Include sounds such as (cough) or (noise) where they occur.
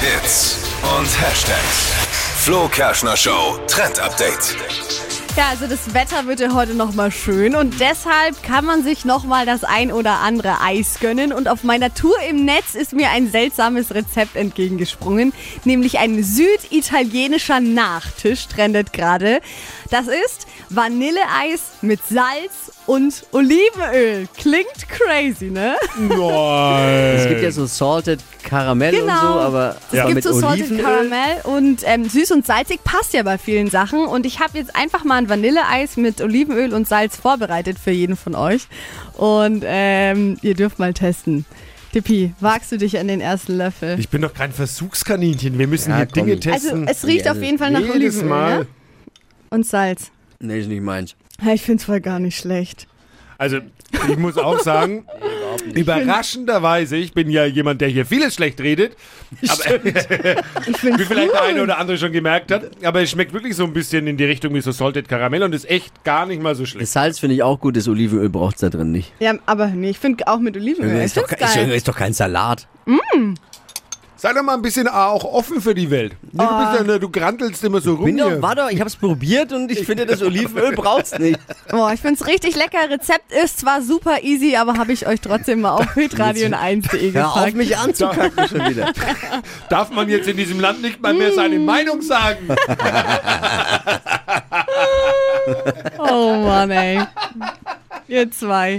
Hits und Hashtags. Flo Kerschner Show Trend Update. Ja, also das Wetter wird ja heute nochmal schön und deshalb kann man sich nochmal das ein oder andere Eis gönnen. Und auf meiner Tour im Netz ist mir ein seltsames Rezept entgegengesprungen, nämlich ein süditalienischer Nachtisch trendet gerade. Das ist Vanilleeis mit Salz und Olivenöl. Klingt crazy, ne? Nein. Es gibt ja so Salted Karamell und so, aber Genau. es Äh. aber gibt mit so Salted Olivenöl? Karamell und ähm, süß und salzig passt ja bei vielen Sachen. Und ich habe jetzt einfach mal ein Vanilleeis mit Olivenöl und Salz vorbereitet für jeden von euch. Und ähm, ihr dürft mal testen. Dippi, wagst du dich an den ersten Löffel? Ich bin doch kein Versuchskaninchen. Wir müssen Ja, hier komm. Dinge also testen. es riecht Ja, auf jeden Fall nach Jedes Olivenöl Mal. Ne? und Salz. Nee, ist nicht meins. Ja, ich find's voll gar nicht schlecht. Also, ich muss auch (laughs) sagen, überraschenderweise, ich bin ja jemand, der hier vieles schlecht (laughs) redet, (laughs) Ich find's wie vielleicht gut. der eine oder andere schon gemerkt hat, aber es schmeckt wirklich so ein bisschen in die Richtung wie so Salted Karamell und ist echt gar nicht mal so schlecht. Das Salz finde ich auch gut, das Olivenöl braucht es da drin nicht. Ja, aber nee, ich find auch mit Olivenöl. Ich ist, doch, find's ke- ist, geil. ist doch kein Salat. Sei doch mal ein bisschen äh, auch offen für die Welt. Du, bist Oh. ja, ne, du grantelst immer so rum Bin doch, hier. war doch, ich hab's probiert und ich finde, das Olivenöl braucht's nicht. Boah, ich find's richtig lecker. Rezept ist zwar super easy, aber habe ich euch trotzdem mal auf hitradion 1.de gefragt. Hör auf mich anzukacken schon wieder. (laughs) Darf man jetzt in diesem Land nicht mal Mm. mehr seine Meinung sagen? Oh Mann, ey. Ihr zwei.